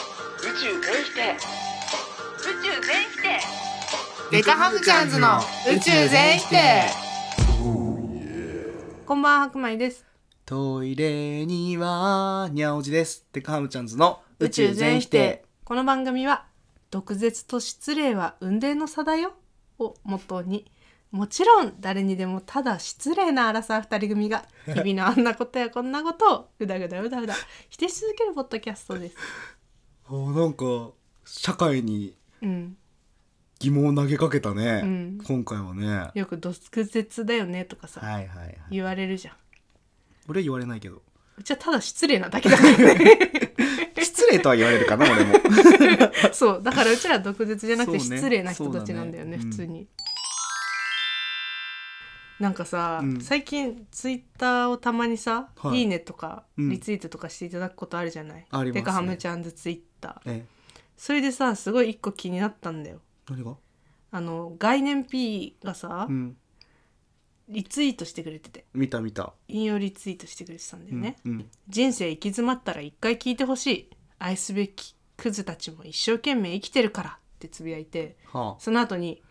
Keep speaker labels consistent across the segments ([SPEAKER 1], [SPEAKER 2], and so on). [SPEAKER 1] 宙全否定宇宙全否定
[SPEAKER 2] デカハムチャンズの宇宙全否定こんばんは白米です
[SPEAKER 3] トイレにはにゃおじですデカハムチャンズの宇宙全否定
[SPEAKER 2] この番組は毒舌と失礼は運命の差だよをモットーにもちろん誰にでもただ失礼な荒さ二人組 が日々のあんなことやこんなことをうだうだうだうだ否定し続けるポッドキャストです
[SPEAKER 3] あなんか社会に
[SPEAKER 2] うん
[SPEAKER 3] 疑問を投げかけたね、
[SPEAKER 2] うん
[SPEAKER 3] 今回はねは
[SPEAKER 2] よく毒舌だよねとかさ、
[SPEAKER 3] いはいはい
[SPEAKER 2] 言われるじゃん
[SPEAKER 3] 俺は言われないけど
[SPEAKER 2] うちはただ失礼なだけだからね
[SPEAKER 3] 失礼とは言われる かな俺も
[SPEAKER 2] そうだからうちらは毒舌じゃなくて
[SPEAKER 3] そうね
[SPEAKER 2] 失礼な人たちなんだよね
[SPEAKER 3] そうだね
[SPEAKER 2] 普通に、なんかさ、
[SPEAKER 3] うん
[SPEAKER 2] 最近ツイッターをたまにさ「、
[SPEAKER 3] はいい
[SPEAKER 2] いね」とか、
[SPEAKER 3] うん
[SPEAKER 2] リツイートとかしていただくことあるじゃない
[SPEAKER 3] ありますね
[SPEAKER 2] デカハムちゃんズツイッター
[SPEAKER 3] え
[SPEAKER 2] それでさすごい一個気になったんだよ
[SPEAKER 3] 何が
[SPEAKER 2] あの概念 P がさ、
[SPEAKER 3] うん
[SPEAKER 2] リツイートしてくれてて
[SPEAKER 3] 見た見た、
[SPEAKER 2] 引用リツイートしてくれてたんだ
[SPEAKER 3] う
[SPEAKER 2] よ
[SPEAKER 3] ん
[SPEAKER 2] ね、
[SPEAKER 3] うん
[SPEAKER 2] 人生行き詰まったら一回聞いてほしい愛すべきクズたちも一生懸命生きてるからってつぶやいて
[SPEAKER 3] はあ
[SPEAKER 2] その後に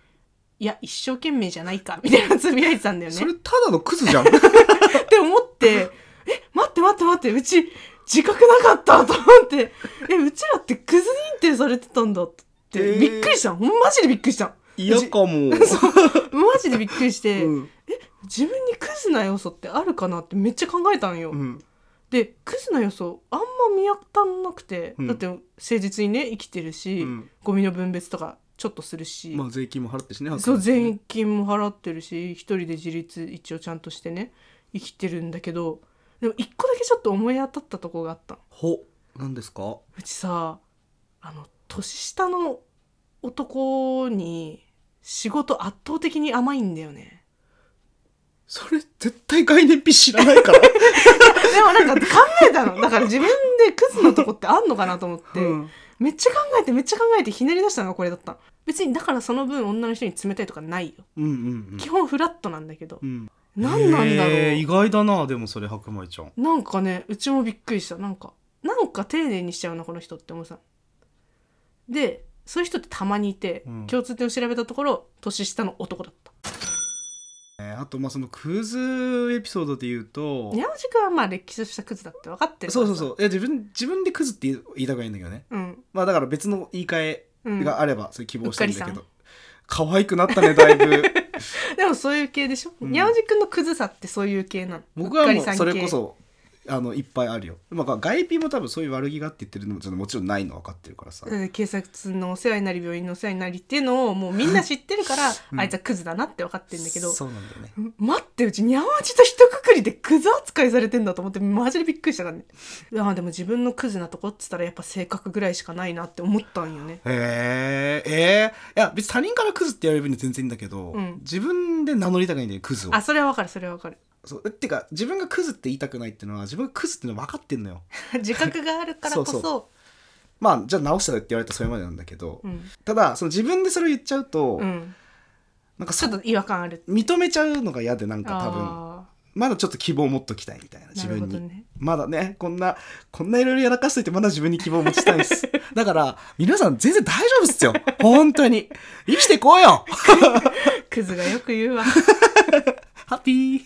[SPEAKER 2] いや一生懸命じゃないかみたいなつぶやいてたんだよね
[SPEAKER 3] それただのクズ じゃん
[SPEAKER 2] って思 ってえ待って待って待ってうち自覚なかったと思ってえうちらってクズ認定されてたんだって、
[SPEAKER 3] えー
[SPEAKER 2] びっくりしたほんマジでびっくりした
[SPEAKER 3] 嫌かも
[SPEAKER 2] マジでびっくりして、
[SPEAKER 3] うん
[SPEAKER 2] 自分にクズな要素ってあるかなってめっちゃ考えたんよ、
[SPEAKER 3] うん
[SPEAKER 2] でクズの予想あんま見当たんなくて、
[SPEAKER 3] うん
[SPEAKER 2] だって誠実にね生きてるし、
[SPEAKER 3] うん
[SPEAKER 2] ゴミの分別とかちょっとするし、
[SPEAKER 3] まあ税金も払ってしね
[SPEAKER 2] そう税金も払ってるし一人で自立一応ちゃんとしてね生きてるんだけどでも一個だけちょっと思い当たったとこがあった
[SPEAKER 3] ほ何ですか
[SPEAKER 2] うちさあの年下の男に仕事圧倒的に甘いんだよね
[SPEAKER 3] それ絶対概念ピ知らない から、
[SPEAKER 2] でもなんか考え たのだから自分でクズのとこってあんのかなと思って、
[SPEAKER 3] うん
[SPEAKER 2] めっちゃ考えてめっちゃ考えてひねり出したのがこれだった別にだからその分女の人に冷たいとかないよ、
[SPEAKER 3] うんうん
[SPEAKER 2] 基本フラットなんだけど
[SPEAKER 3] う、ん
[SPEAKER 2] 何なんだろう、
[SPEAKER 3] へー意外だなでもそれ白米ちゃん
[SPEAKER 2] なんかねうちもびっくりしたなんかなんか丁寧にしちゃうなこの人って思ってたでそういう人ってたまにいて、
[SPEAKER 3] うん
[SPEAKER 2] 共通点を調べたところ年下の男だった
[SPEAKER 3] えーあとまあそのクズエピソードで言うと
[SPEAKER 2] 宮内君はまあれっきとしたクズだって分かってる
[SPEAKER 3] そうそうそうういや自分自分でクズって言い言いたくないんだけどね
[SPEAKER 2] うん
[SPEAKER 3] まあだから別の言い換
[SPEAKER 2] うん、
[SPEAKER 3] え
[SPEAKER 2] で
[SPEAKER 3] があれば、それ希望したんだ
[SPEAKER 2] うっ
[SPEAKER 3] け
[SPEAKER 2] かり
[SPEAKER 3] ど可愛くなったねだい ぶ
[SPEAKER 2] もそういう系でしょ、
[SPEAKER 3] うん
[SPEAKER 2] 宮内くんのクズさってそういう系なの
[SPEAKER 3] 僕は
[SPEAKER 2] っ
[SPEAKER 3] もう
[SPEAKER 2] か
[SPEAKER 3] そ
[SPEAKER 2] りさん系
[SPEAKER 3] れこそあのいっぱいあるよ、まあ、外ピも多分そういう悪気があって言ってるのもちょっともちろんないの分かってるからさ、
[SPEAKER 2] えー警察のお世話になり病院のお世話になりっていうのをもうみんな知ってるから、
[SPEAKER 3] うん
[SPEAKER 2] あいつはクズだなって分かってるんだけど
[SPEAKER 3] そうなんだよね
[SPEAKER 2] 待ってうちにゃまじと一括りでクズ扱いされてんだと思ってマジでびっくりしたからねいやでも自分のクズなとこっつったらやっぱ性格ぐらいしかないなって思ったんよね
[SPEAKER 3] へええー、いや別に他人からクズって言われる分には全然いいんだけど、
[SPEAKER 2] うん
[SPEAKER 3] 自分で名乗りたくないんだよねクズを
[SPEAKER 2] あそれは分かるそれは分かる
[SPEAKER 3] そうっていうか自分がクズって言いたくないっていうのは自分がクズっていうのは分かってんのよ
[SPEAKER 2] 自覚があるからこそ
[SPEAKER 3] そうまあじゃあ直したらって言われたらそれまでなんだけど、
[SPEAKER 2] うん
[SPEAKER 3] ただその自分でそれを言っちゃうと、
[SPEAKER 2] うん、
[SPEAKER 3] なんか
[SPEAKER 2] ち
[SPEAKER 3] そ
[SPEAKER 2] ょっと違和感ある
[SPEAKER 3] 認めちゃうのが嫌でなんか多分
[SPEAKER 2] あ
[SPEAKER 3] まだちょっと希望を持っときたいみたいな
[SPEAKER 2] ー
[SPEAKER 3] 自
[SPEAKER 2] なる
[SPEAKER 3] 分
[SPEAKER 2] ほ
[SPEAKER 3] に、
[SPEAKER 2] どね
[SPEAKER 3] まだねこんなこんないろいろやらかしといてまだ自分に希望を持ちたいんですだから皆さん全然大丈夫っすよ本当に生きてこうよ
[SPEAKER 2] クズがよ く言うわ
[SPEAKER 3] ハッピー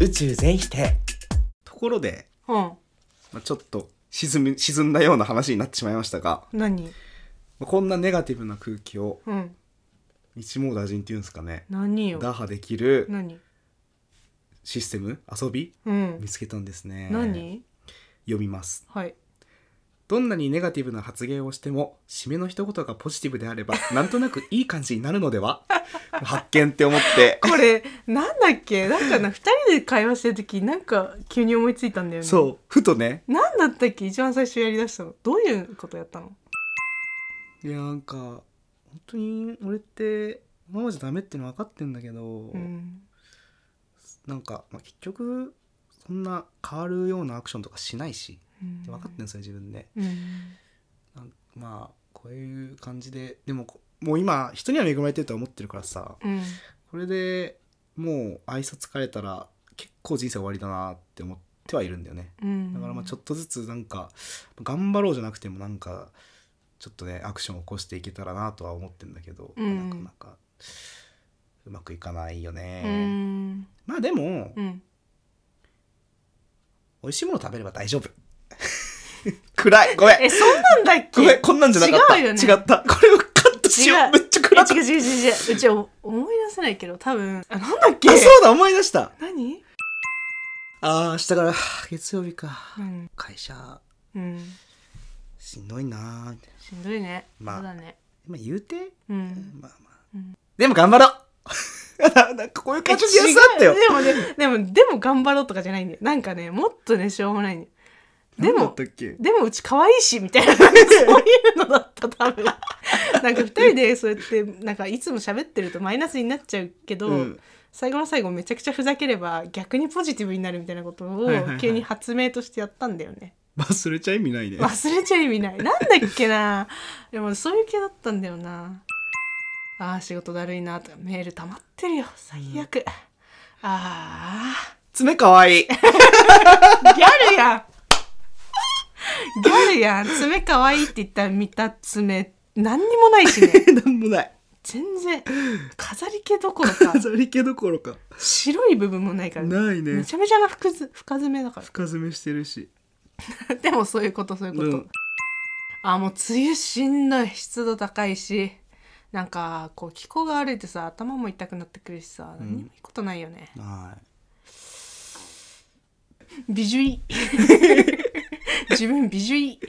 [SPEAKER 3] 宇宙全否定ところで、
[SPEAKER 2] うん
[SPEAKER 3] まあ、ちょっと沈む沈んだような話になってしまいましたが
[SPEAKER 2] 何
[SPEAKER 3] まあこんなネガティブな空気を
[SPEAKER 2] うん
[SPEAKER 3] 一網打尽っていうんですかね
[SPEAKER 2] 何よ
[SPEAKER 3] 打破できる
[SPEAKER 2] 何
[SPEAKER 3] システム遊び
[SPEAKER 2] うん
[SPEAKER 3] 見つけたんですね
[SPEAKER 2] 何
[SPEAKER 3] 読みます
[SPEAKER 2] はい
[SPEAKER 3] どんなにネガティブな発言をしても締めの一言がポジティブであ ればなんとなくいい感じになるのでは発見って思って
[SPEAKER 2] これなんだっけなんかな2人で会話してる時なんか急に思いついたんだよね
[SPEAKER 3] そうふとね
[SPEAKER 2] うなんだったっけ一番最初やりだしたのどういうことやったの
[SPEAKER 3] いやなんか本当に俺ってママじゃダメっての分かってんだけど、
[SPEAKER 2] うん
[SPEAKER 3] なんか、まあ、結局そんな変わるようなアクションとかしないし
[SPEAKER 2] うん
[SPEAKER 3] 分かってんですよ自分で
[SPEAKER 2] うん
[SPEAKER 3] なんまあこういう感じででもこもう今人には恵まれてるとは思ってるからさ
[SPEAKER 2] うん
[SPEAKER 3] これでもう愛想疲れたら結構人生終わりだなって思ってはいるんだよね
[SPEAKER 2] うん
[SPEAKER 3] だからまあちょっとずつなんか頑張ろうじゃなくてもなんかちょっとねアクションを起こしていけたらなとは思ってんだけど、
[SPEAKER 2] うん
[SPEAKER 3] なかなかうまくいかないよね
[SPEAKER 2] う、ん
[SPEAKER 3] まあでも、
[SPEAKER 2] うん
[SPEAKER 3] 美味しいもの食べれば大丈夫 暗いごめん
[SPEAKER 2] えそうなんだっけ
[SPEAKER 3] ごめんこんなんじゃなかった
[SPEAKER 2] 違うよね
[SPEAKER 3] 違ったこれをカットしよ
[SPEAKER 2] 違う
[SPEAKER 3] うめっちゃ
[SPEAKER 2] え
[SPEAKER 3] 暗い
[SPEAKER 2] 違う違う違う違ううちは思い出せないけど多分あなんだっけ
[SPEAKER 3] あそうだ思い出した
[SPEAKER 2] 何
[SPEAKER 3] あー明日からはあ月曜日か
[SPEAKER 2] うん
[SPEAKER 3] 会社
[SPEAKER 2] うん
[SPEAKER 3] しんどいなーみたいな
[SPEAKER 2] しんどいね、
[SPEAKER 3] まあ
[SPEAKER 2] そうだね
[SPEAKER 3] まあ言うて
[SPEAKER 2] うん
[SPEAKER 3] まあまあ、でも頑張ろう なんかこういう感じでやつあったよ
[SPEAKER 2] え違うでもねでもでも頑張ろうとかじゃないんだよなんかねもっとねしょうもないんだよで
[SPEAKER 3] 何だっ
[SPEAKER 2] も
[SPEAKER 3] たっけ
[SPEAKER 2] でもうち可愛いし みたいなそういうのだった多分なんか二人でそうやってなんかいつも喋ってるとマイナスになっちゃうけど、
[SPEAKER 3] うん
[SPEAKER 2] 最後の最後めちゃくちゃふざければ逆にポジティブになるみたいなことを
[SPEAKER 3] はいはいはい
[SPEAKER 2] 急に発明としてやったんだよね、
[SPEAKER 3] 忘れちゃ意味ないね
[SPEAKER 2] 忘れちゃ意味ないなんだっけなでもそういう系だったんだよなあー仕事だるいなとかメール溜まってるよ最悪、あ
[SPEAKER 3] 爪かわいい
[SPEAKER 2] ーギャルやんギャルやん爪可愛いって言ったら見た爪何にもないしね
[SPEAKER 3] なんもない
[SPEAKER 2] 全然飾り気どころか
[SPEAKER 3] 飾り気どころか
[SPEAKER 2] 白い部分もないから
[SPEAKER 3] ないね
[SPEAKER 2] めちゃめちゃな深ず深爪だか
[SPEAKER 3] 深爪してるし
[SPEAKER 2] らでもそういうことそういうこと、
[SPEAKER 3] うん
[SPEAKER 2] あもう梅雨しんどい湿度高いしなんかこう気候が悪いとさ頭も痛くなってくるしさ何もいいことないよね、
[SPEAKER 3] はい
[SPEAKER 2] ビジュ イ自分ビジュイ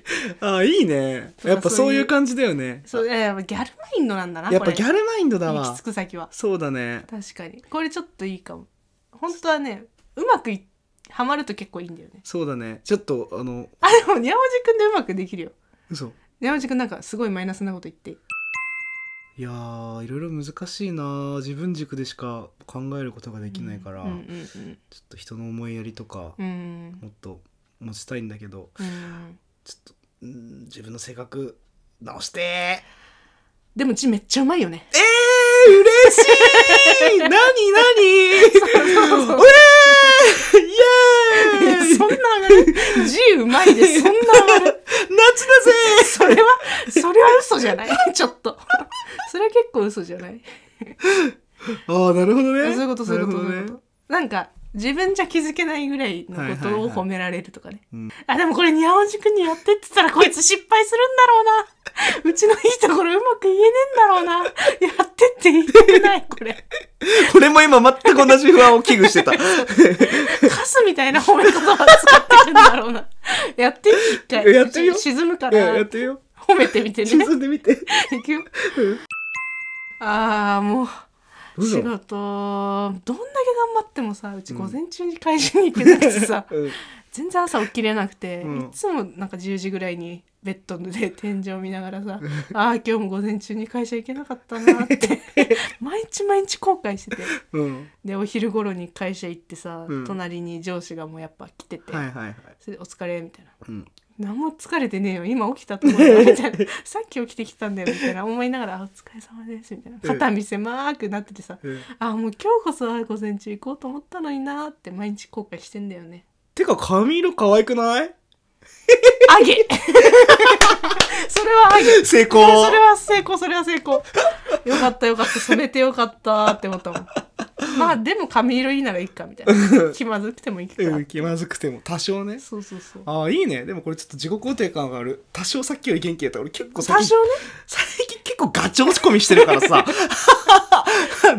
[SPEAKER 3] あーいいねやっぱそういう感じだよね
[SPEAKER 2] そういややっぱギャルマインドなんだな
[SPEAKER 3] やっぱギ
[SPEAKER 2] ル
[SPEAKER 3] ャルマインドだ
[SPEAKER 2] 行
[SPEAKER 3] わ
[SPEAKER 2] き着く先は
[SPEAKER 3] そうだね
[SPEAKER 2] 確かにこれちょっといいかも本当はねうまくいはまると結構いいんだよね
[SPEAKER 3] そうだねちょっとあの
[SPEAKER 2] あでもにゃおじくんでうまくできるよ
[SPEAKER 3] 嘘
[SPEAKER 2] にゃおじくんなんかすごいマイナスなこと言って
[SPEAKER 3] いやーいろいろ難しいな自分軸でしか考えることができないから、
[SPEAKER 2] うんうん
[SPEAKER 3] ちょっと人の思いやりとか、
[SPEAKER 2] うんうん
[SPEAKER 3] もっと持ちたいんだけど
[SPEAKER 2] うん
[SPEAKER 3] ちょっとうん自分の性格直して
[SPEAKER 2] でもうちめっちゃうまい よね
[SPEAKER 3] えー、嬉しいなにな にうえーイエーイ
[SPEAKER 2] そんな上がる ?G うまいで、そんな上がる
[SPEAKER 3] 夏だぜ
[SPEAKER 2] それは、それは嘘じゃないちょっと。それは結構嘘じゃない
[SPEAKER 3] ああ、なるほど
[SPEAKER 2] そう
[SPEAKER 3] ね。
[SPEAKER 2] いうこと、そういうこと、
[SPEAKER 3] な
[SPEAKER 2] そう
[SPEAKER 3] る
[SPEAKER 2] い
[SPEAKER 3] ほ
[SPEAKER 2] う
[SPEAKER 3] ど
[SPEAKER 2] こ
[SPEAKER 3] ね
[SPEAKER 2] と。なんか、自分じゃ気づけないぐらいのこ
[SPEAKER 3] はい
[SPEAKER 2] と
[SPEAKER 3] はい
[SPEAKER 2] を
[SPEAKER 3] はい
[SPEAKER 2] 褒められるとかね。
[SPEAKER 3] うん
[SPEAKER 2] あ、でもこれ、にゃおじくんにやってってたら、こいつ失敗するんだろうな。うちのいいところうまく言えねえんだろうな。やってって言いたくない、これ。
[SPEAKER 3] 俺も今全く同じ不安を危惧 してた。
[SPEAKER 2] カスみたいな褒め言葉使ってくるんだろうな。やってみて、一回。
[SPEAKER 3] やってみよう
[SPEAKER 2] 沈むか
[SPEAKER 3] いやや
[SPEAKER 2] ら
[SPEAKER 3] っ、てみよ
[SPEAKER 2] 褒めてみて
[SPEAKER 3] う。
[SPEAKER 2] ね。
[SPEAKER 3] 沈んでみ て。
[SPEAKER 2] いくよ。ああもう
[SPEAKER 3] 嘘
[SPEAKER 2] 仕事どんだけ頑張ってもさうち午前中に会社に行けなくてさ、
[SPEAKER 3] うん
[SPEAKER 2] 全然朝起きれなくて、
[SPEAKER 3] うん
[SPEAKER 2] いつもなんか10時ぐらいにベッドで天井見ながらさ 「ああ今日も午前中に会社行けなかったな」って 毎日毎日後悔してて
[SPEAKER 3] うん。
[SPEAKER 2] でお昼頃に会社行ってさ、
[SPEAKER 3] うん
[SPEAKER 2] 隣に上司がもうやっぱ来てて、
[SPEAKER 3] はいはいはい。
[SPEAKER 2] それで「お疲れ」みたいな。
[SPEAKER 3] うん。
[SPEAKER 2] 何も疲れてねえよ今起きたところだみ たいなさっき起きてきたんだよみたいな思いながらあ「お疲れ様です」みたいな肩身狭くなっててさ
[SPEAKER 3] うん
[SPEAKER 2] 「あもう今日こそは午前中行こうと思ったのにな」って毎日後悔してんだよね。
[SPEAKER 3] てか髪色可愛く ない
[SPEAKER 2] あげ それはあげ
[SPEAKER 3] 成功
[SPEAKER 2] それは成功それは成功よかったよかった染めてよかったって思ったもんまあでも髪色いいならいいかみたいな気まずくてもいいか、
[SPEAKER 3] うん、気まずくても多少ね。
[SPEAKER 2] そうそうそう
[SPEAKER 3] ああ、いいね。でもこれちょっと自己肯定感がある。多少さっきより元気やった。俺結構最
[SPEAKER 2] 多
[SPEAKER 3] 近
[SPEAKER 2] 少ね
[SPEAKER 3] 最近結構ガチ落ち込みしてるから さ。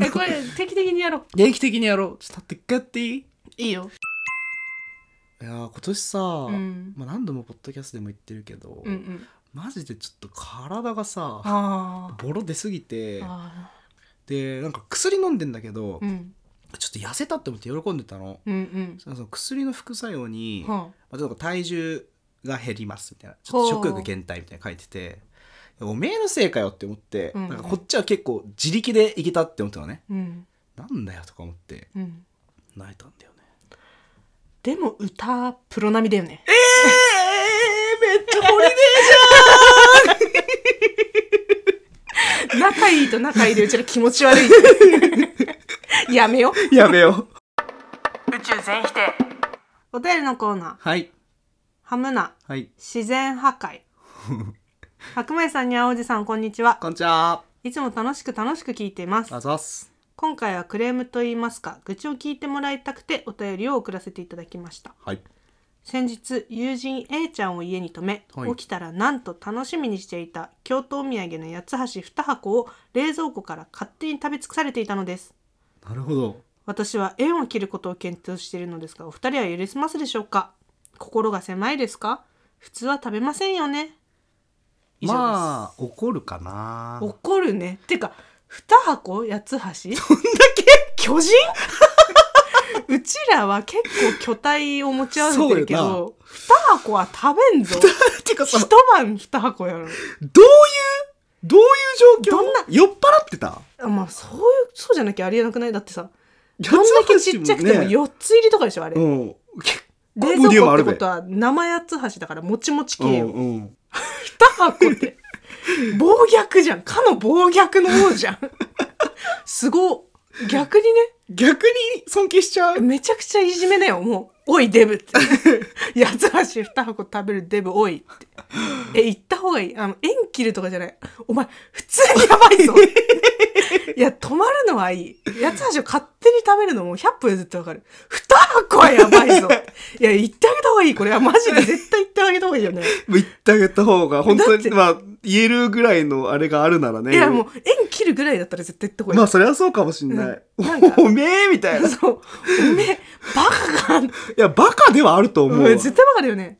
[SPEAKER 2] えこれ定期的にやろう
[SPEAKER 3] 定期的にやろう。ちょっと立って一回やっていい
[SPEAKER 2] いいよ
[SPEAKER 3] いやー今年さ、
[SPEAKER 2] ん
[SPEAKER 3] まあ、何度もポッドキャストでも言ってるけど、
[SPEAKER 2] うんうん
[SPEAKER 3] マジでちょっと体がさ
[SPEAKER 2] ああ
[SPEAKER 3] ボロ出すぎて
[SPEAKER 2] あ
[SPEAKER 3] でなんか薬飲んでんだけど、
[SPEAKER 2] ーうん
[SPEAKER 3] ちょっと痩せたって思って喜んでたの。
[SPEAKER 2] うん
[SPEAKER 3] その薬の副作用
[SPEAKER 2] う
[SPEAKER 3] に、
[SPEAKER 2] ん。は
[SPEAKER 3] まあ、ちょっと体重が減りますみたいなちょっと食欲減退みたいな書いてておめえのせいかよって思って、
[SPEAKER 2] うん
[SPEAKER 3] なんかこっちは結構自力でいけたって思ったのね
[SPEAKER 2] あ。うん
[SPEAKER 3] なんだよとか思って
[SPEAKER 2] うん。
[SPEAKER 3] 泣いたんだよね
[SPEAKER 2] でも歌プロ並みだよね。
[SPEAKER 3] えー、めっちゃホリデー
[SPEAKER 2] 仲いいと仲いいでうちら気持ち悪い。 やめよ。
[SPEAKER 3] じゃんやめよう
[SPEAKER 1] 宇宙全否定
[SPEAKER 2] お便りのコーナー。
[SPEAKER 3] はい
[SPEAKER 2] ハムナ
[SPEAKER 3] はい
[SPEAKER 2] 自然破壊。白米さんにゃおじさんこんにちは
[SPEAKER 3] こんにちは。
[SPEAKER 2] いつも楽しく楽しく聞いています
[SPEAKER 3] あざっす。
[SPEAKER 2] 今回はクレームと言いますか愚痴を聞いてもらいたくてお便りを送らせていただきました
[SPEAKER 3] はい。
[SPEAKER 2] 先日友人 A ちゃんを家に泊め、
[SPEAKER 3] はい
[SPEAKER 2] 起きたらなんと楽しみにしていた京都お土産の八つ橋2箱を冷蔵庫から勝手に食べ尽くされていたのです
[SPEAKER 3] なるほど。
[SPEAKER 2] 私は縁を切ることを検討しているのですがお二人は許せますでしょうか心が狭いですか普通は食べませんよね以上です、
[SPEAKER 3] まあ、怒るかな。
[SPEAKER 2] 怒るねてか2箱八つ橋どんだけ巨人 うちらは結構巨体を持ち合わせてるけ
[SPEAKER 3] そう
[SPEAKER 2] ど2箱は食べんぞ
[SPEAKER 3] てかさ、
[SPEAKER 2] 一
[SPEAKER 3] ど
[SPEAKER 2] 晩2箱やろ
[SPEAKER 3] ういう、どういう状況
[SPEAKER 2] どんな
[SPEAKER 3] 酔っ払ってた
[SPEAKER 2] あまあそういうそうじゃなきゃありえなくないだってさどんだけちっちゃくても
[SPEAKER 3] よ
[SPEAKER 2] 4つ入りとかでしょあ
[SPEAKER 3] う
[SPEAKER 2] れ、
[SPEAKER 3] ん。結
[SPEAKER 2] 冷
[SPEAKER 3] 構量
[SPEAKER 2] 蔵庫
[SPEAKER 3] あ
[SPEAKER 2] って
[SPEAKER 3] るべ。
[SPEAKER 2] ことは生八つ橋だからもちもち系
[SPEAKER 3] う
[SPEAKER 2] よ、
[SPEAKER 3] んうん。
[SPEAKER 2] 二箱って暴虐じゃんかの暴虐の 方じゃんすごっ逆にね
[SPEAKER 3] 逆に尊敬しちゃう。
[SPEAKER 2] めちゃくちゃいじめだよもう「おいデブ」 って「八つ橋二箱食べるデブおい」ってえ言った方がいいあの縁切るとかじゃないお前普通にやば いぞいや止まるのはいい八つ橋を勝手に食べるのも100歩譲ってわかる二箱はやば いぞいや言ってあげた方がいいこれはマジで絶対言ってあげた方がいいよね
[SPEAKER 3] 言ってあげた方が、本当
[SPEAKER 2] だっ
[SPEAKER 3] に、
[SPEAKER 2] て
[SPEAKER 3] まあ、言えるぐらいのあれがあるならね。
[SPEAKER 2] いやもう縁切るぐらいだったら絶対言った方がいい
[SPEAKER 3] まあ、そりゃそうかもしんない。
[SPEAKER 2] うんなんか
[SPEAKER 3] おめえみ たいな。い
[SPEAKER 2] そう。おめえ、バカか。
[SPEAKER 3] や、バカではあると思うわ。
[SPEAKER 2] うん絶対バカだよね。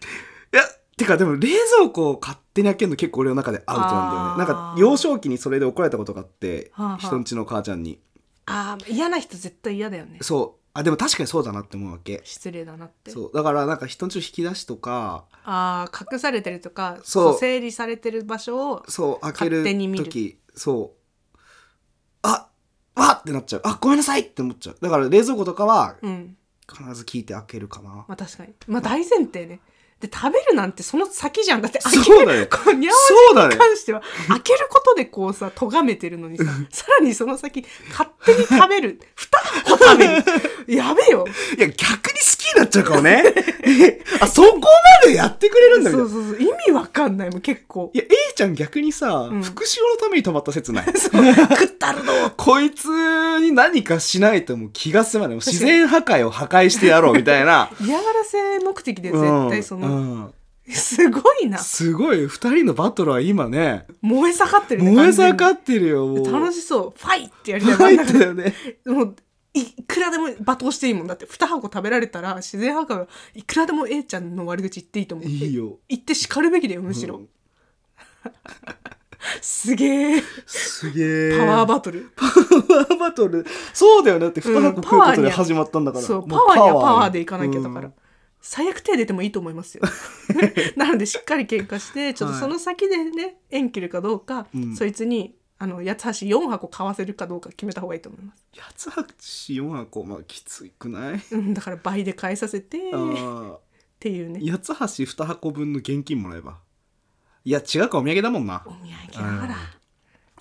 [SPEAKER 3] いや、てかでも冷蔵庫を勝手に開けるの結構俺の中でアウトなんだよね。
[SPEAKER 2] あー
[SPEAKER 3] なんか幼少期にそれで怒られたことがあって、
[SPEAKER 2] はあはあ
[SPEAKER 3] 人んちの母ちゃんに。
[SPEAKER 2] ああ、嫌な人絶対嫌だよね。
[SPEAKER 3] そう。あ、でも確かにそうだなって思うわけ。
[SPEAKER 2] 失礼だなって。
[SPEAKER 3] そう。だからなんか人んちの引き出しとか、
[SPEAKER 2] ああ、隠されてるとか、
[SPEAKER 3] そう
[SPEAKER 2] そう整理されてる場所を、
[SPEAKER 3] そう、開ける
[SPEAKER 2] 勝手に見る
[SPEAKER 3] 時、そう。あ、わってなっちゃう。あ、ごめんなさいって思っちゃう。だから冷蔵庫とかは
[SPEAKER 2] うん。
[SPEAKER 3] 必ず聞いて開けるかな。
[SPEAKER 2] まあ確かに。まあ大前提ね。で、食べるなんてその先じゃん。だって開ける、
[SPEAKER 3] そうだよ
[SPEAKER 2] こうにゃ
[SPEAKER 3] そうだ
[SPEAKER 2] お
[SPEAKER 3] ね
[SPEAKER 2] に関しては、開けることでこうさ、咎めてるのにさ、さらにその先、勝手に食べる。二箱 食べる。やべえよ。
[SPEAKER 3] いや、逆に好きになっちゃうかもね。 あ、そこまでやってくれるんだみたい
[SPEAKER 2] そ
[SPEAKER 3] な
[SPEAKER 2] うそうそう。意味わかんないもん、結構
[SPEAKER 3] い。や、A ちゃん逆にさ、
[SPEAKER 2] うん
[SPEAKER 3] 復讐のために泊まった 説ない。
[SPEAKER 2] 食ったるの
[SPEAKER 3] こいつに何かしないともう気が済まない。もう自然破壊を破壊してやろうみたいな。
[SPEAKER 2] 嫌がらせ目的で絶対その、
[SPEAKER 3] うんうん
[SPEAKER 2] すごいな
[SPEAKER 3] すごい、二人のバトルは今ね、
[SPEAKER 2] 燃え盛ってるね
[SPEAKER 3] 燃え盛ってるよ、も
[SPEAKER 2] 完全
[SPEAKER 3] う。
[SPEAKER 2] に楽
[SPEAKER 3] し
[SPEAKER 2] しそうファイってやり
[SPEAKER 3] い。
[SPEAKER 2] たい真ん
[SPEAKER 3] 入っ
[SPEAKER 2] 中
[SPEAKER 3] てた
[SPEAKER 2] で
[SPEAKER 3] よね。
[SPEAKER 2] もういいくらでも罵倒していいもんだって2箱食べられたら自然破壊はいくらでも A ちゃんの悪口言っていいと思う
[SPEAKER 3] いいよ。
[SPEAKER 2] 言って叱るべきだよむしろ、
[SPEAKER 3] うん
[SPEAKER 2] すげえ
[SPEAKER 3] すげえ。
[SPEAKER 2] パワーバトル、
[SPEAKER 3] パワーバトル。そうだよね。だって二
[SPEAKER 2] う
[SPEAKER 3] 箱食うこ
[SPEAKER 2] ん
[SPEAKER 3] と
[SPEAKER 2] パワーに
[SPEAKER 3] で
[SPEAKER 2] は
[SPEAKER 3] 始まったんだから。
[SPEAKER 2] そうパ
[SPEAKER 3] も
[SPEAKER 2] ワーにはパワ
[SPEAKER 3] よ
[SPEAKER 2] ーでいかなきゃだから、
[SPEAKER 3] うん
[SPEAKER 2] 最悪手出てもいいと思 いますよなのでしっかり喧嘩してちょっとその先でね縁切るかどうか、
[SPEAKER 3] うん
[SPEAKER 2] そいつにあの八つ橋4箱買わせるかどうか決めた方がいいと思います、
[SPEAKER 3] 八つ八子四箱、まあきついくない
[SPEAKER 2] うん、だから倍で買いさせてっ
[SPEAKER 3] あー
[SPEAKER 2] ていうね
[SPEAKER 3] 八つ橋二箱分の現金もらえばいや違うかお土産だもんな
[SPEAKER 2] お土産だから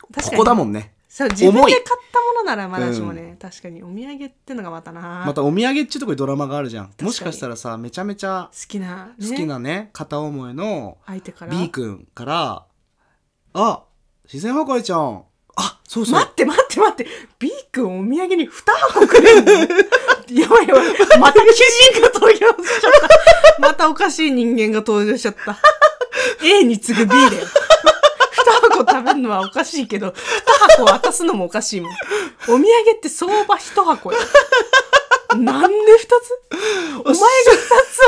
[SPEAKER 3] こ
[SPEAKER 2] 確か
[SPEAKER 3] こ
[SPEAKER 2] に
[SPEAKER 3] だもんね
[SPEAKER 2] そう自分で
[SPEAKER 3] 重い
[SPEAKER 2] 買ったものならまだしもね、確かにお土産ってのがまたな、
[SPEAKER 3] ま
[SPEAKER 2] 好
[SPEAKER 3] たお土産っちゅうとこにドラマがあるじゃん
[SPEAKER 2] に
[SPEAKER 3] もしかしたらさめちゃめちゃ
[SPEAKER 2] きな、ね、
[SPEAKER 3] 好きなね片思いの
[SPEAKER 2] 相手から
[SPEAKER 3] B 君から「あ自然破壊ちゃんあそうそう
[SPEAKER 2] 待って待って待って B 君お土産に2箱くれるの やばいやばいまた巨人が登場しちゃったまたおかしい人間が登場しちゃった A に次ぐ B だよ2箱食べるのはおかしいけど2箱渡すのもおかしいもんお土産って相場1箱やなんで2つお前が2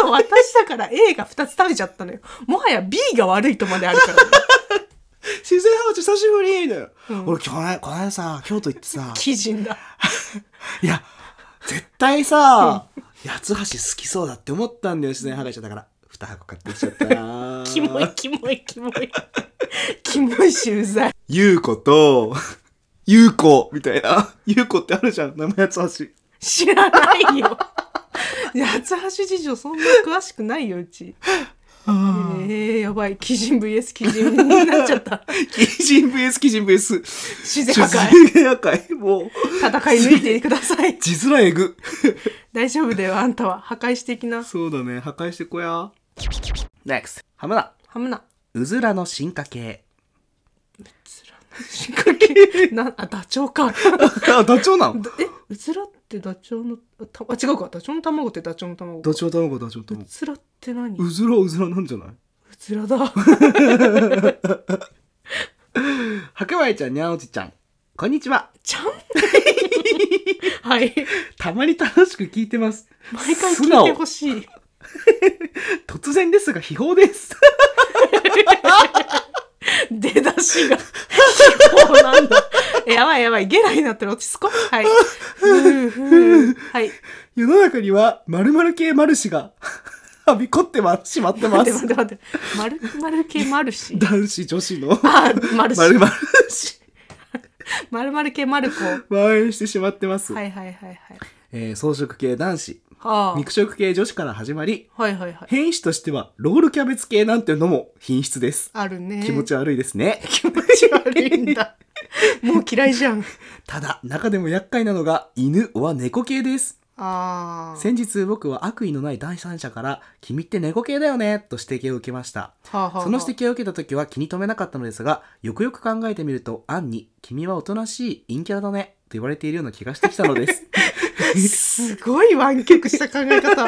[SPEAKER 2] つを渡したから A が2つ食べちゃったのよもはや B が悪いとまであるからね
[SPEAKER 3] 自然破壊ちゃん久しぶり」みたいな、
[SPEAKER 2] うん
[SPEAKER 3] 俺このこの間さ京都行ってさ
[SPEAKER 2] 鬼人だ
[SPEAKER 3] いや絶対さ八つ橋好きそうだって思ったんだよ自然破壊ちゃんだから2箱買ってきちゃったな
[SPEAKER 2] キモいキモいキモい キモいしうざい
[SPEAKER 3] ゆうこと、ゆうこ、みたいな。ゆうこってあるじゃん、生八つ橋。
[SPEAKER 2] 知らないよ八橋事情そんな詳しくないようちえー、やばい鬼人 VS 鬼人になっちゃ った
[SPEAKER 3] 鬼人 VS 鬼人 VS。
[SPEAKER 2] 自然破壊
[SPEAKER 3] 自然破壊。もう、
[SPEAKER 2] 戦い抜いてください
[SPEAKER 3] 字面えぐ。
[SPEAKER 2] 大丈夫だよあんたは破壊していきな
[SPEAKER 3] そうだね、破壊してこや。NEXT。ハムナ、
[SPEAKER 2] ハムナ
[SPEAKER 3] うずらの進化系。
[SPEAKER 2] 進化 系なあダチョウ か
[SPEAKER 3] あダチョウなの
[SPEAKER 2] だえうつらってダチョウのたあ違うかダチョウの卵ってダチョウの卵か
[SPEAKER 3] ダチョウ卵ダチョウ
[SPEAKER 2] う
[SPEAKER 3] 卵
[SPEAKER 2] つらって何
[SPEAKER 3] うずらうずらなんじゃないう
[SPEAKER 2] つらだ
[SPEAKER 3] 白米ちゃんにゃんおじちゃんこんにちは
[SPEAKER 2] ちゃんはい
[SPEAKER 3] たまに楽しく聞いてます
[SPEAKER 2] 毎回
[SPEAKER 3] 素
[SPEAKER 2] 聞いて
[SPEAKER 3] 直
[SPEAKER 2] ほしい
[SPEAKER 3] 突然ですが秘宝です
[SPEAKER 2] 出だしがそうなんだえやばいやばいゲラになってる落ち着こうはいふうふうはい
[SPEAKER 3] 世の中にはまる系マルシがはびこってはしまってま
[SPEAKER 2] 待って待
[SPEAKER 3] す
[SPEAKER 2] って待って丸丸系マルシ
[SPEAKER 3] 男子女子の
[SPEAKER 2] あマルシ
[SPEAKER 3] まるまるし
[SPEAKER 2] 丸々系マルコは
[SPEAKER 3] 蔓延してしまってます、
[SPEAKER 2] いはいはいはい
[SPEAKER 3] えー草食系男子
[SPEAKER 2] はあ
[SPEAKER 3] 肉食系女子から始まり
[SPEAKER 2] はいはいはい
[SPEAKER 3] 変種としてはロールキャベツ系なんてのも品質です
[SPEAKER 2] あるね
[SPEAKER 3] 気持ち悪いですね
[SPEAKER 2] 気持ち悪いんだもう嫌いじゃん
[SPEAKER 3] ただ中でも厄介なのが犬は猫系です
[SPEAKER 2] あー
[SPEAKER 3] 先日僕は悪意のない第三者から「君って猫系だよね」と指摘を受けました
[SPEAKER 2] はあはあはあ
[SPEAKER 3] その指摘を受けた時は気に留めなかったのですがよくよく考えてみると暗に「君はおとなしい陰キャラだね」と言われているような気がしてきたのです
[SPEAKER 2] すごい湾曲した考え方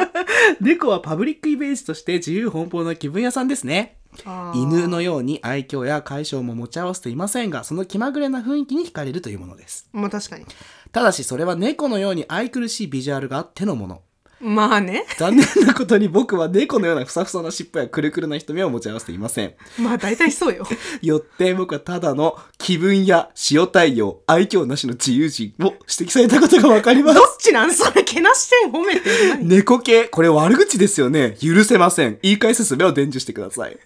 [SPEAKER 3] 猫はパブリックイメージとして自由奔放な気分屋さんですね
[SPEAKER 2] あー
[SPEAKER 3] 犬のように愛嬌や解消も持ち合わせていませんがその気まぐれな雰囲気に惹かれるというものです
[SPEAKER 2] まあ確かに
[SPEAKER 3] ただしそれは猫のように愛くるしいビジュアルがあってのもの
[SPEAKER 2] まあね
[SPEAKER 3] 残念なことに僕は猫のようなふさふさな尻尾やくるくるな瞳を持ち合わせていません
[SPEAKER 2] まあ大体そうよ
[SPEAKER 3] よって僕はただの気分や塩対応愛嬌なしの自由人を指摘されたことがわかりま
[SPEAKER 2] どっ
[SPEAKER 3] す
[SPEAKER 2] ちなんそれけなしてん褒めてる何
[SPEAKER 3] 猫系これ悪口ですよね許せません言い返すすべを伝授してください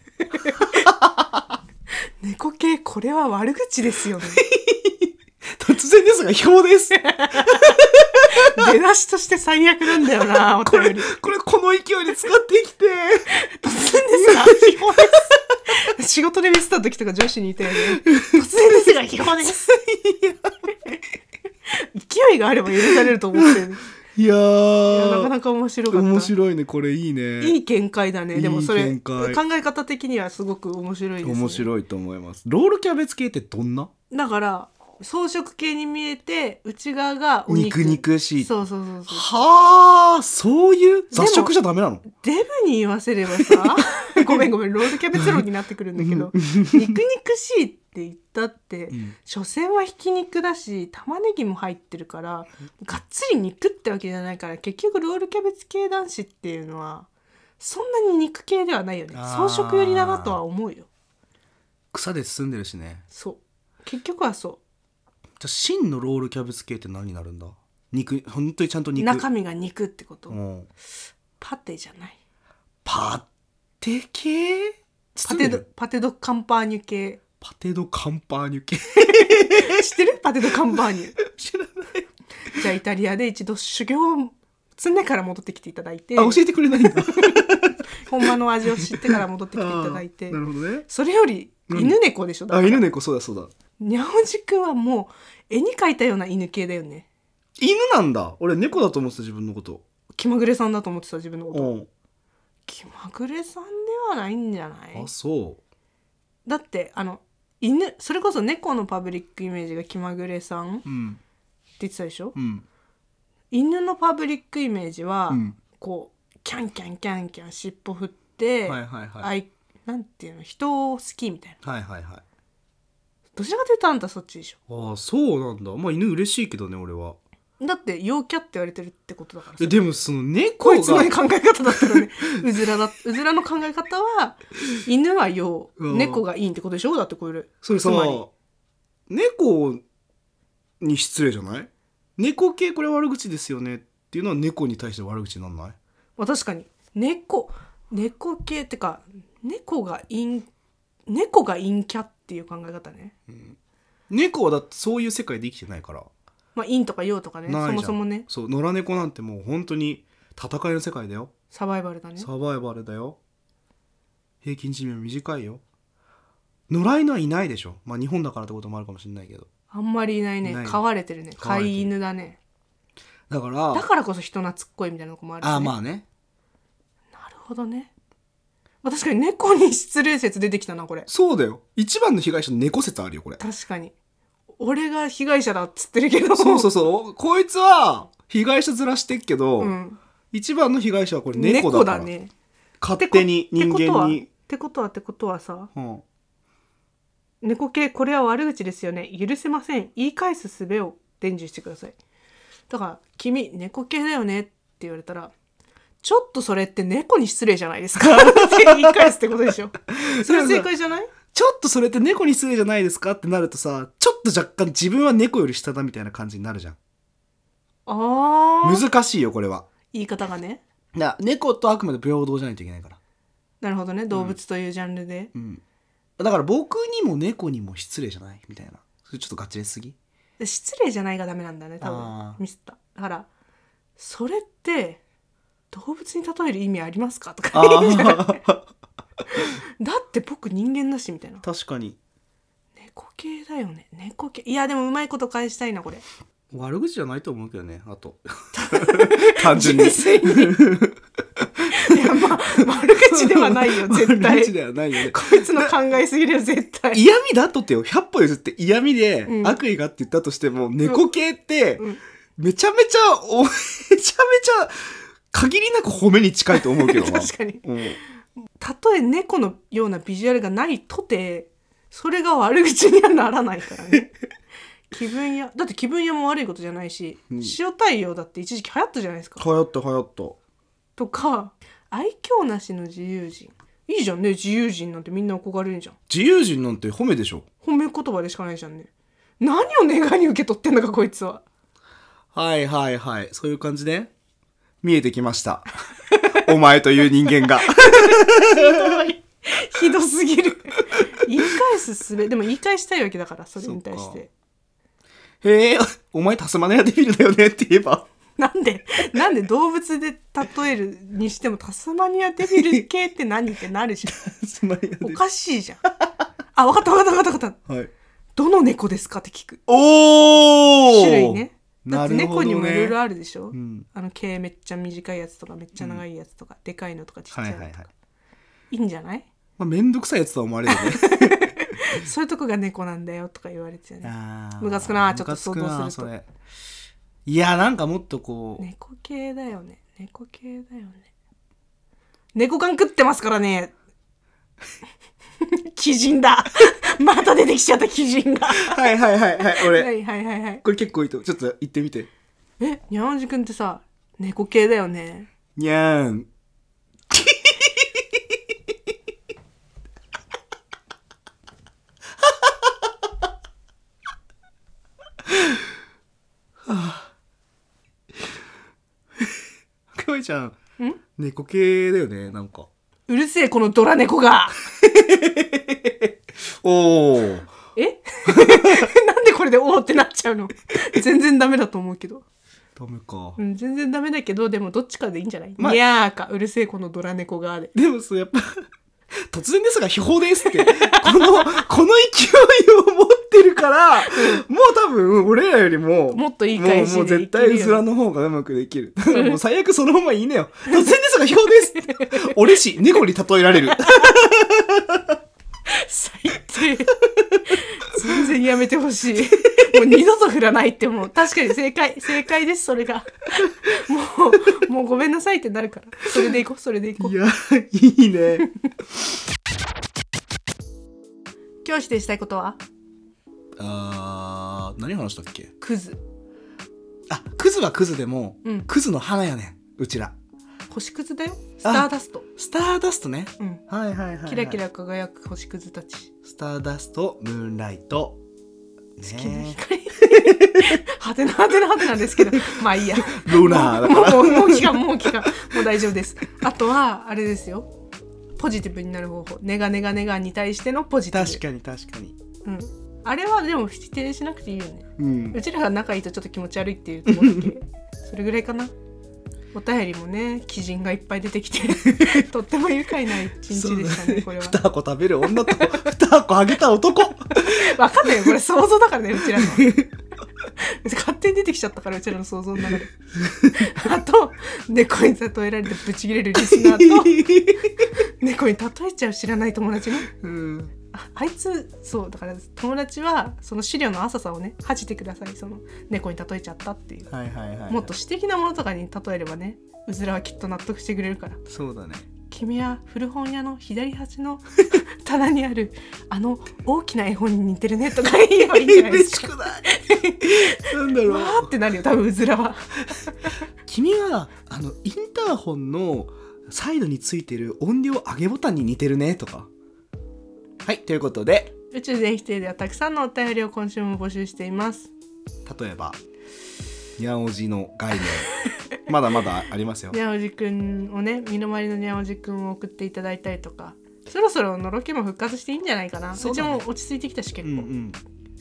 [SPEAKER 2] 猫系これは悪口ですよ ね
[SPEAKER 3] 突然ですが表です
[SPEAKER 2] 出だしとして最悪なんだよなお
[SPEAKER 3] これ
[SPEAKER 2] 便り
[SPEAKER 3] これこの勢いで使ってきて
[SPEAKER 2] 突然ですが秘宝です仕事でミスった時とか上司に言ったよね突然ですが秘宝です勢いがあれば許されると思って る
[SPEAKER 3] いや
[SPEAKER 2] いや
[SPEAKER 3] ー
[SPEAKER 2] なかなか面白かった
[SPEAKER 3] 面白いねこれいいね
[SPEAKER 2] いい見解だねでもそれ
[SPEAKER 3] いい見解
[SPEAKER 2] 考え方的にはすごく面白いです、ね、
[SPEAKER 3] 面白いと思いますロールキャベツ系ってどんな
[SPEAKER 2] だから装飾系に見えて内側がお肉
[SPEAKER 3] 肉々しい
[SPEAKER 2] そうそうそうそう
[SPEAKER 3] はあそういう雑食じゃダメなの
[SPEAKER 2] デブに言わせれば さごめんごめんロールキャベツ論になってくるんだけど肉肉しいって言ったって、
[SPEAKER 3] ん
[SPEAKER 2] 所詮はひき肉だし玉ねぎも入ってるからがっつり肉ってわけじゃないから結局ロールキャベツ系男子っていうのはそんなに肉系ではないよね
[SPEAKER 3] あー
[SPEAKER 2] 装飾寄りだなとは思うよ
[SPEAKER 3] 草で包んでるしね
[SPEAKER 2] そう結局はそう
[SPEAKER 3] じゃあ真のロールキャベツ系って何になるんだ肉本当にちゃんと肉
[SPEAKER 2] 中身が肉ってこと、
[SPEAKER 3] うん
[SPEAKER 2] パテじゃない
[SPEAKER 3] パテ系
[SPEAKER 2] パ
[SPEAKER 3] 包んで
[SPEAKER 2] テ
[SPEAKER 3] る
[SPEAKER 2] ドパテドカンパーニュ系
[SPEAKER 3] パテドカンパーニュ系
[SPEAKER 2] 知ってるパテドカンパーニュ
[SPEAKER 3] 知らない
[SPEAKER 2] じゃあイタリアで一度修行を積んでから戻ってきていただいて
[SPEAKER 3] あ教えてくれないんだ
[SPEAKER 2] 本場の味を知ってから戻ってきていただい
[SPEAKER 3] あ
[SPEAKER 2] て
[SPEAKER 3] ーなるほどね
[SPEAKER 2] それより
[SPEAKER 3] うん
[SPEAKER 2] 犬猫でしょ、だ
[SPEAKER 3] あ
[SPEAKER 2] から
[SPEAKER 3] 犬猫そうだそうだ
[SPEAKER 2] にゃおじくんはもう絵に描いたような犬系だよね
[SPEAKER 3] 犬なんだ俺猫だと思ってた自分のこと
[SPEAKER 2] 気まぐれさんだと思ってた自分のこと
[SPEAKER 3] うん
[SPEAKER 2] 気まぐれさんではないんじゃない
[SPEAKER 3] あそ
[SPEAKER 2] だってあの犬それこそ猫のパブリックイメージが気まぐれさんって
[SPEAKER 3] ううん
[SPEAKER 2] 言ってたでしょ
[SPEAKER 3] うん
[SPEAKER 2] 犬のパブリックイメージは、
[SPEAKER 3] うん
[SPEAKER 2] こうキャンキャンキャンキャン尻尾振って、
[SPEAKER 3] はいはい
[SPEAKER 2] あ
[SPEAKER 3] はい
[SPEAKER 2] いなんていうの人を好きみたいな
[SPEAKER 3] はいはいはい
[SPEAKER 2] どちらかというとあんたそっちでし
[SPEAKER 3] ああそうなんだまあ犬嬉しいけどね俺は
[SPEAKER 2] ょだって陽キャって言われてるってことだからさ
[SPEAKER 3] えでもその猫
[SPEAKER 2] こ
[SPEAKER 3] が
[SPEAKER 2] いつの考え方だったらねうずらだうずらの考え方は犬は陽
[SPEAKER 3] うん
[SPEAKER 2] 猫がいいってことでしょだってこれ
[SPEAKER 3] それさ
[SPEAKER 2] つまり
[SPEAKER 3] 猫に失礼じゃない猫系これ悪口ですよねっていうのは猫に対して悪口になんない
[SPEAKER 2] まあ確かに猫猫系ってか猫が陰猫が陰キャっていう考え方ね
[SPEAKER 3] 猫はだってそういう世界で生きてないから
[SPEAKER 2] まあ陰とか陽とかね
[SPEAKER 3] ないじゃん
[SPEAKER 2] そもそもね
[SPEAKER 3] そう野良猫なんてもう本当に戦いの世界だよ
[SPEAKER 2] サバイバルだね
[SPEAKER 3] サバイバルだよ平均寿命短いよ野良犬はいないでしょまあ日本だからってこともあるかもしれないけど
[SPEAKER 2] あんまりいないね
[SPEAKER 3] いない
[SPEAKER 2] 飼われてるね
[SPEAKER 3] 飼わ
[SPEAKER 2] 飼
[SPEAKER 3] れてる
[SPEAKER 2] い犬だね
[SPEAKER 3] だから
[SPEAKER 2] だからこそ人懐っこいみたいなのもあるし、ね、
[SPEAKER 3] ああまあね
[SPEAKER 2] なるほどね、まあ確かに猫に失礼説出てきたなこれ
[SPEAKER 3] そうだよ一番の被害者の猫説あるよこれ
[SPEAKER 2] 確かに俺が被害者だっつってるけど
[SPEAKER 3] そうそうそうこいつは被害者ずらしてっけど、
[SPEAKER 2] うん、
[SPEAKER 3] 一番の被害者はこれ
[SPEAKER 2] 猫
[SPEAKER 3] 猫だ
[SPEAKER 2] だ
[SPEAKER 3] から
[SPEAKER 2] ね
[SPEAKER 3] 勝手に
[SPEAKER 2] って
[SPEAKER 3] 人
[SPEAKER 2] こ
[SPEAKER 3] 間に、
[SPEAKER 2] ってことはってことはってことはさ
[SPEAKER 3] うん、
[SPEAKER 2] 猫系これは悪口ですよね許せません言い返す術を伝授してくださいだから「君猫系だよね」って言われたら「ちょっとそれって猫に失礼じゃないです か」って言い返すってことでしょそれ正解じゃない
[SPEAKER 3] ちょっとそれって猫に失礼じゃないですかってなるとさちょっと若干自分は猫より下だみたいな感じになるじゃん
[SPEAKER 2] ああ
[SPEAKER 3] 難しいよこれは
[SPEAKER 2] 言い方がね
[SPEAKER 3] だから猫とあくまで平等じゃないといけないから、
[SPEAKER 2] なるほどね動物というジャンルで、
[SPEAKER 3] うん、だから僕にも猫にも失礼じゃないみたいなそれちょっとガチですぎ
[SPEAKER 2] で失礼じゃないがダメなんだね多分
[SPEAKER 3] あー
[SPEAKER 2] ミスっただからそれって動物に例える意味ありますかとか
[SPEAKER 3] あ あ
[SPEAKER 2] だって僕人間だしみたいな
[SPEAKER 3] 確かに
[SPEAKER 2] 猫系だよね猫系いやでもうまいこと返したいなこれ
[SPEAKER 3] 悪口じゃないと思うけどねあ と単純に
[SPEAKER 2] 純粋にいやまあ悪口では ないよ絶
[SPEAKER 3] 悪
[SPEAKER 2] 対
[SPEAKER 3] 口ではないよね
[SPEAKER 2] こいつの考えすぎるよ絶対
[SPEAKER 3] 嫌味だとってよ100歩譲って嫌味で
[SPEAKER 2] うん
[SPEAKER 3] 悪意があって言ったとしても、猫系って
[SPEAKER 2] うん
[SPEAKER 3] めちゃめちゃおめちゃめちゃ限りなく褒めに近いと思うけどな
[SPEAKER 2] 確かに
[SPEAKER 3] うん
[SPEAKER 2] たとえ猫のようなビジュアルがないとてそれが悪口にはならないから ね気分屋だって気分屋も悪いことじゃないし、
[SPEAKER 3] うん
[SPEAKER 2] 塩対応だって一時期流行ったじゃないですか
[SPEAKER 3] 流行った流行った
[SPEAKER 2] とか愛嬌なしの自由人いいじゃんね自由人なんてみんな憧れるじゃん
[SPEAKER 3] 自由人なんて褒めでしょ
[SPEAKER 2] 褒め言葉でしかないじゃんね何を願いに受け取ってんのかこいつは
[SPEAKER 3] はいはいはいそういう感じで見えてきました お前という人間が
[SPEAKER 2] ひどすぎ る言い返すすべでも言い返したいわけだからそれに対し
[SPEAKER 3] そってへえお前タスマネアデビルだよねって言えば
[SPEAKER 2] なんでなんで動物で例えるにしてもタスマニアデビル系って何ってなるじゃ
[SPEAKER 3] タスマネアデ
[SPEAKER 2] んおかしいじゃんあわかったわかったわかったわかった
[SPEAKER 3] はい
[SPEAKER 2] どの猫ですかって聞く
[SPEAKER 3] おお
[SPEAKER 2] 種類ねだ
[SPEAKER 3] な
[SPEAKER 2] って
[SPEAKER 3] るほ
[SPEAKER 2] 猫
[SPEAKER 3] どね
[SPEAKER 2] にもいろいろあるでしょ、
[SPEAKER 3] うん
[SPEAKER 2] あの毛めっちゃ短いやつとかめっちゃ長いやつとか、でかいのとかちっちゃ
[SPEAKER 3] はいい
[SPEAKER 2] の
[SPEAKER 3] はい
[SPEAKER 2] とか、
[SPEAKER 3] はい
[SPEAKER 2] いい、いんじゃない
[SPEAKER 3] まあ、めんどくさいやつとは思われるよね
[SPEAKER 2] そういうとこが猫なんだよとか言われてね
[SPEAKER 3] あー
[SPEAKER 2] ムカつくなちょっと想像すると
[SPEAKER 3] ムカつくなそれいやなんかもっとこう、
[SPEAKER 2] 猫系だよね猫系だよね猫缶食ってますからね 鬼人だ また出てきちゃった鬼人がは
[SPEAKER 3] はいはいはいはい
[SPEAKER 2] いは
[SPEAKER 3] 俺
[SPEAKER 2] いはいはい
[SPEAKER 3] これ結構いいと思うちょっと言ってみて
[SPEAKER 2] えにゃんじくんってさ猫系だよね
[SPEAKER 3] にゃーんかわいちゃん猫系だよねなんか
[SPEAKER 2] うるせえこのドラ猫が
[SPEAKER 3] おお
[SPEAKER 2] えなんでこれでおーってなっちゃうの全然ダメだと思うけど、
[SPEAKER 3] ダメか
[SPEAKER 2] うん、全然ダメだけどでもどっちかでいいんじゃない、
[SPEAKER 3] まあ
[SPEAKER 2] いやーかうるせえこのドラ猫がで
[SPEAKER 3] でもそうやっぱ 突然ですが秘宝ですってこの この勢いを持ってるから、もう多分俺らよりも
[SPEAKER 2] もっといい返しで
[SPEAKER 3] もうもう絶
[SPEAKER 2] いけ
[SPEAKER 3] 対
[SPEAKER 2] るよね
[SPEAKER 3] うずらの方がうまくできるもう最悪そのままいいねよ突然ですが秘宝ですって俺し猫に例え られる
[SPEAKER 2] 最低全然やめてほしいもう二度と振らないってもう確かに正解正解ですそれがもうもうごめんなさいってなるからそれでいこうそれでいこ
[SPEAKER 3] いうやいいね
[SPEAKER 2] 教師でしたいことは
[SPEAKER 3] あー何話したっけ
[SPEAKER 2] クズ
[SPEAKER 3] あクズはクズでも、
[SPEAKER 2] うん
[SPEAKER 3] クズの花やねんうちら
[SPEAKER 2] 星屑だよスターダスト
[SPEAKER 3] スターダストね
[SPEAKER 2] うん
[SPEAKER 3] はいはいはい、はい
[SPEAKER 2] キラキラ輝く星屑たち
[SPEAKER 3] スターダストムーンライト、ね、
[SPEAKER 2] 月の光はてなはてなはてなんで すけどまあいいや
[SPEAKER 3] ルナーだから
[SPEAKER 2] もうもう期間もう期間もう大丈夫ですあとはあれですよポジティブになる方法ネガネガネガに対してのポジティブ
[SPEAKER 3] 確かに確かに
[SPEAKER 2] うん、あれはでも否定しなくていいよね
[SPEAKER 3] うん
[SPEAKER 2] うちらが仲いいとちょっと気持ち悪いっていうところだけそれぐらいかなお便りもね鬼人がいっぱい出てきてとっても愉快な一日でしたねこれは
[SPEAKER 3] 2箱食べる女と2箱あげた男
[SPEAKER 2] 分かんないよこれ想像だからねうちらの勝手に出てきちゃったからうちらの想像の中で あと猫に例えられてブチギレるリスナーと猫に例えちゃう知らない友達ね
[SPEAKER 3] うん
[SPEAKER 2] ああいつそうだから友達はその資料の浅さをね恥じてくださいその猫に例えちゃったっていう
[SPEAKER 3] はいはいはい
[SPEAKER 2] もっと私的なものとかに例えればねうずらはきっと納得してくれるから
[SPEAKER 3] そうだね
[SPEAKER 2] 君は古本屋の左端の 棚にあるあの大きな絵本に似てるねとか言えばいいんじゃないで
[SPEAKER 3] 嬉
[SPEAKER 2] す
[SPEAKER 3] し
[SPEAKER 2] か
[SPEAKER 3] くないなんだ
[SPEAKER 2] わ
[SPEAKER 3] ろ
[SPEAKER 2] ーっ
[SPEAKER 3] う
[SPEAKER 2] てなるよ多分うずらは
[SPEAKER 3] 君はあのインターホンのサイドについてる音量上げボタンに似てるねとかはいということで
[SPEAKER 2] 宇宙全否定ではたくさんのお便りを今週も募集しています
[SPEAKER 3] 例えばにゃおじの概念 まだまだありますよ
[SPEAKER 2] にゃおじくんをね身の回りのにゃおじくんを送っていただいたりとかそろそろのろけも復活していいんじゃないかなう,、
[SPEAKER 3] そう
[SPEAKER 2] ち
[SPEAKER 3] だね
[SPEAKER 2] も落ち着いてきたし
[SPEAKER 3] う
[SPEAKER 2] 結
[SPEAKER 3] ん
[SPEAKER 2] 構、
[SPEAKER 3] うん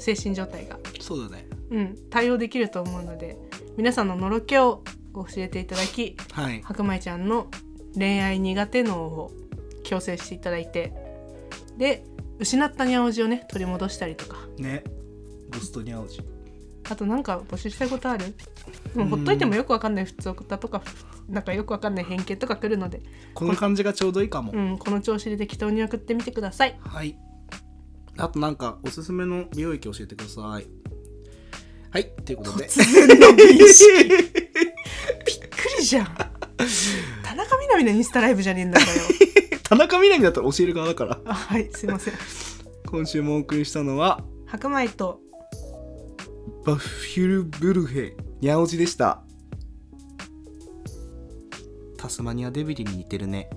[SPEAKER 2] 精神状態が、
[SPEAKER 3] そうだね
[SPEAKER 2] うん、対応できると思うので皆さんののろけを教えていただき
[SPEAKER 3] はい
[SPEAKER 2] 白米ちゃんの恋愛苦手脳を強制していただいてで失ったにゃおじをね取り戻したりとか
[SPEAKER 3] ねロストにゃおじ
[SPEAKER 2] あとなんか募集したいことあるもうほっといてもよくわかんない普通だとかなんかよくわかんない偏見とか来るので、
[SPEAKER 3] この感じがちょうどいいかも、
[SPEAKER 2] うん、この調子で適当に送ってみてくださ い
[SPEAKER 3] はいあとなんかおすすめの美容液教えてくださいはいということで
[SPEAKER 2] 突然の美意識びっくりじ ゃん田中みな実のインスタライブじゃねえんだから よ
[SPEAKER 3] 田中みな実だったら教える側だから
[SPEAKER 2] あはいすいません
[SPEAKER 3] 今週もお送りしたのは
[SPEAKER 2] 白米と
[SPEAKER 3] バッフィルブルヘニャオジでしたタスマニアデビリに似てるね